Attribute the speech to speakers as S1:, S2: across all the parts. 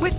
S1: With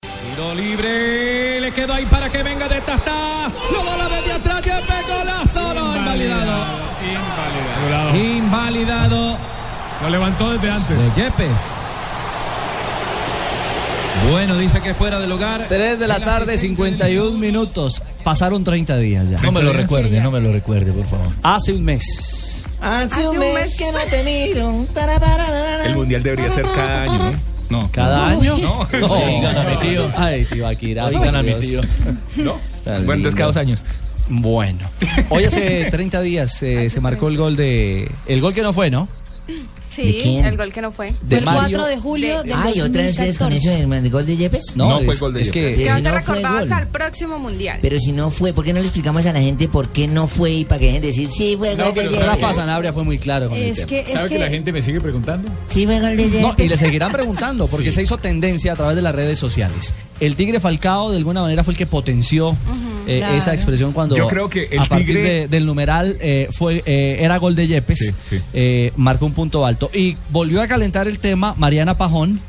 S2: Tiro libre, le quedó ahí para que venga de Tasta. Lo bola desde atrás, ya pegó la solo. Invalidado.
S3: Invalidado.
S2: Invalidado.
S3: Lo levantó desde antes.
S2: De Yepes. Bueno, dice que fuera del hogar.
S4: 3 de la
S2: El
S4: tarde,
S2: asistente
S4: 51 minutos. Pasaron 30 días ya.
S5: No me lo recuerde, no me lo recuerde, por favor.
S4: Hace un mes.
S6: Hace un mes que no te miro.
S3: El mundial debería ser cada año, ¿no? No.
S4: ¿Cada año?
S3: No.
S4: No.
S5: Oigan a mi tío.
S4: Ay, Tibaquirá.
S5: Oigan a mi
S4: Dios.
S5: tío.
S3: ¿No?
S4: Tan
S3: Bueno, entonces cada
S4: lindo.
S3: dos años.
S4: Bueno. Hoy hace 30 días eh, se marcó el gol de... El gol que no fue, ¿no?
S7: Sí, el gol que no fue.
S4: De
S7: el
S4: Mario.
S7: 4 de julio del
S6: Ay, otra vez ustedes con eso
S7: 2014.
S6: del del gol de Yepes.
S3: No, fue
S4: es-
S3: el gol de
S4: Es
S3: Yepes.
S4: que...
S7: Que va a
S6: si
S7: ser
S6: no fue
S7: recordado
S6: gol.
S7: hasta el próximo mundial.
S6: Pero si no fue, ¿por qué no le explicamos a la gente por qué no fue y para que dejen de decir sí fue gol de Yepes?
S4: Rafa Sanabria fue muy claro con el
S7: Es
S4: tema.
S7: que, es
S3: ¿Sabe que la
S7: que
S3: gente me sigue preguntando?
S6: Sí fue gol de pues.
S4: No,
S6: Yepes.
S4: y le seguirán preguntando porque
S3: Sí.
S4: se hizo tendencia a través de las redes sociales. El Tigre Falcao de alguna manera fue el que potenció eh,
S7: claro.
S4: esa expresión cuando
S3: Yo creo que el
S4: a partir
S3: Tigre-
S4: de- del numeral eh, fue eh, era gol de Yepes,
S3: Sí, sí.
S4: eh, marcó un punto alto y volvió a calentar el tema Mariana Pajón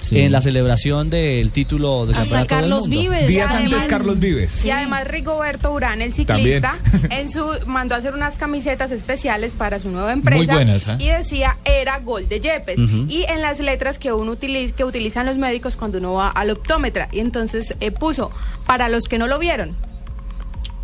S5: Sí.
S4: en la celebración del título del
S7: hasta
S4: campeonato del
S7: Carlos
S4: mundo.
S7: Vives.
S3: Días
S7: y
S3: antes,
S7: además-
S3: Carlos Vives.
S7: Y además Rigoberto Urán, el
S3: También.
S7: ciclista, en su mandó a hacer unas camisetas especiales para su nueva empresa
S5: buenas, ¿eh?
S7: y decía era gol de Yepes y en las letras que uno utiliza, que utilizan los médicos cuando uno va al optómetra y entonces eh, puso para los que no lo vieron,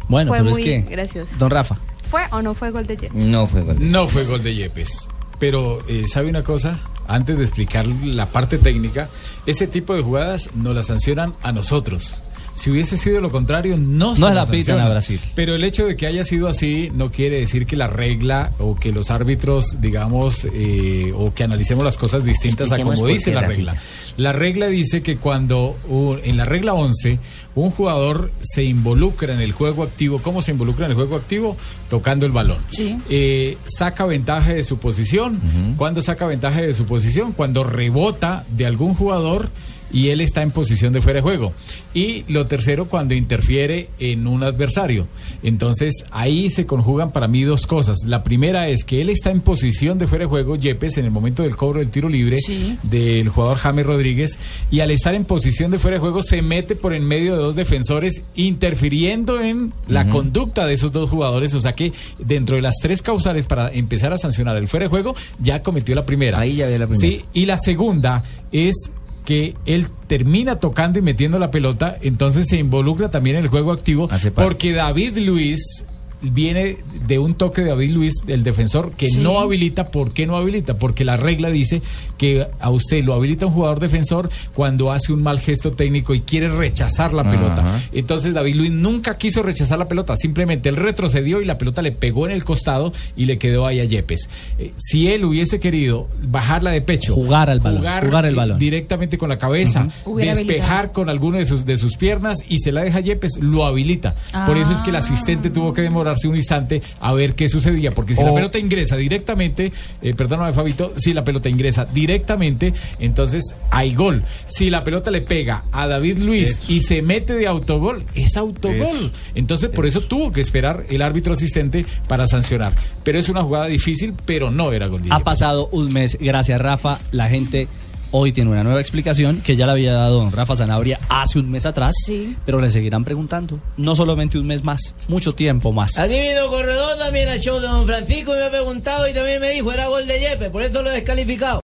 S4: Bueno,
S7: Fue
S4: pero
S7: muy
S4: es que
S7: gracioso.
S4: Don Rafa,
S7: fue o no fue gol de Yepes.
S6: No fue gol de
S3: No fue gol de Yepes. Pero, eh, ¿sabe una cosa? Antes de explicar la parte técnica, ese tipo de jugadas nos las sancionan a nosotros. Si hubiese sido lo contrario, no, se
S4: No
S3: nos
S4: la pitan
S3: sanciona.
S4: a Brasil.
S3: Pero el hecho de que haya sido así no quiere decir que la regla o que los árbitros, digamos, eh, o que analicemos las cosas distintas a
S6: Expliquemos
S3: como
S6: por
S3: dice
S6: qué,
S3: la
S6: Rafita.
S3: regla. La regla dice que cuando un- en la regla 11 un jugador se involucra en el juego activo, ¿cómo se involucra en el juego activo? Tocando el balón.
S7: Sí.
S3: Eh, saca ventaja de su posición. ¿Cuándo saca ventaja de su posición? Cuando rebota de algún jugador y él está en posición de fuera de juego. Y lo tercero, cuando interfiere en un adversario. Entonces, ahí se conjugan para mí dos cosas. La primera es que él está en posición de fuera de juego, Yepes, en el momento del cobro del tiro libre
S7: Sí.
S3: del jugador James Rodríguez, y al estar en posición de fuera de juego se mete por en medio de dos defensores, interfiriendo en la conducta de esos dos jugadores. O sea que dentro de las tres causales para empezar a sancionar el fuera de juego, ya cometió la primera.
S6: Ahí ya había la primera.
S3: Sí, y la segunda es que él termina tocando y metiendo la pelota, entonces se involucra también en el juego activo,
S6: Hace parte.
S3: porque David Luis viene de un toque de David Luis, el defensor, que no habilita. ¿Por qué no habilita? Porque la regla dice que a usted lo habilita un jugador defensor cuando hace un mal gesto técnico y quiere rechazar la pelota. Entonces David Luis nunca quiso rechazar la pelota, simplemente él retrocedió y la pelota le pegó en el costado y le quedó ahí a Yepes. Eh, si él hubiese querido bajarla de pecho,
S4: Jugar al balón, jugar el
S3: eh,
S4: balón.
S3: directamente con la cabeza,
S7: Hubiera
S3: despejar con alguno de sus, de sus piernas y se la deja Yepes, lo habilita. Por eso es que el asistente tuvo que demorarse un instante a ver qué sucedía, porque si la pelota ingresa directamente, eh, perdóname Fabito, si la pelota ingresa directamente, entonces hay gol. Si la pelota le pega a David Luis y se mete de autogol, es autogol. Entonces por eso tuvo que esperar el árbitro asistente para sancionar. Pero es una jugada difícil, pero no era gol. de
S4: ha
S3: Yepes.
S4: pasado un mes. Gracias Rafa, la gente hoy tiene una nueva explicación que ya la había dado Don Rafa Sanabria hace un mes atrás,
S7: Sí.
S4: pero le seguirán preguntando. No solamente un mes más, mucho tiempo más.
S6: Aquí vino Corredor también al show de Don Francisco y me ha preguntado y también me dijo era gol de Yepes, por pues, eso lo he descalificado.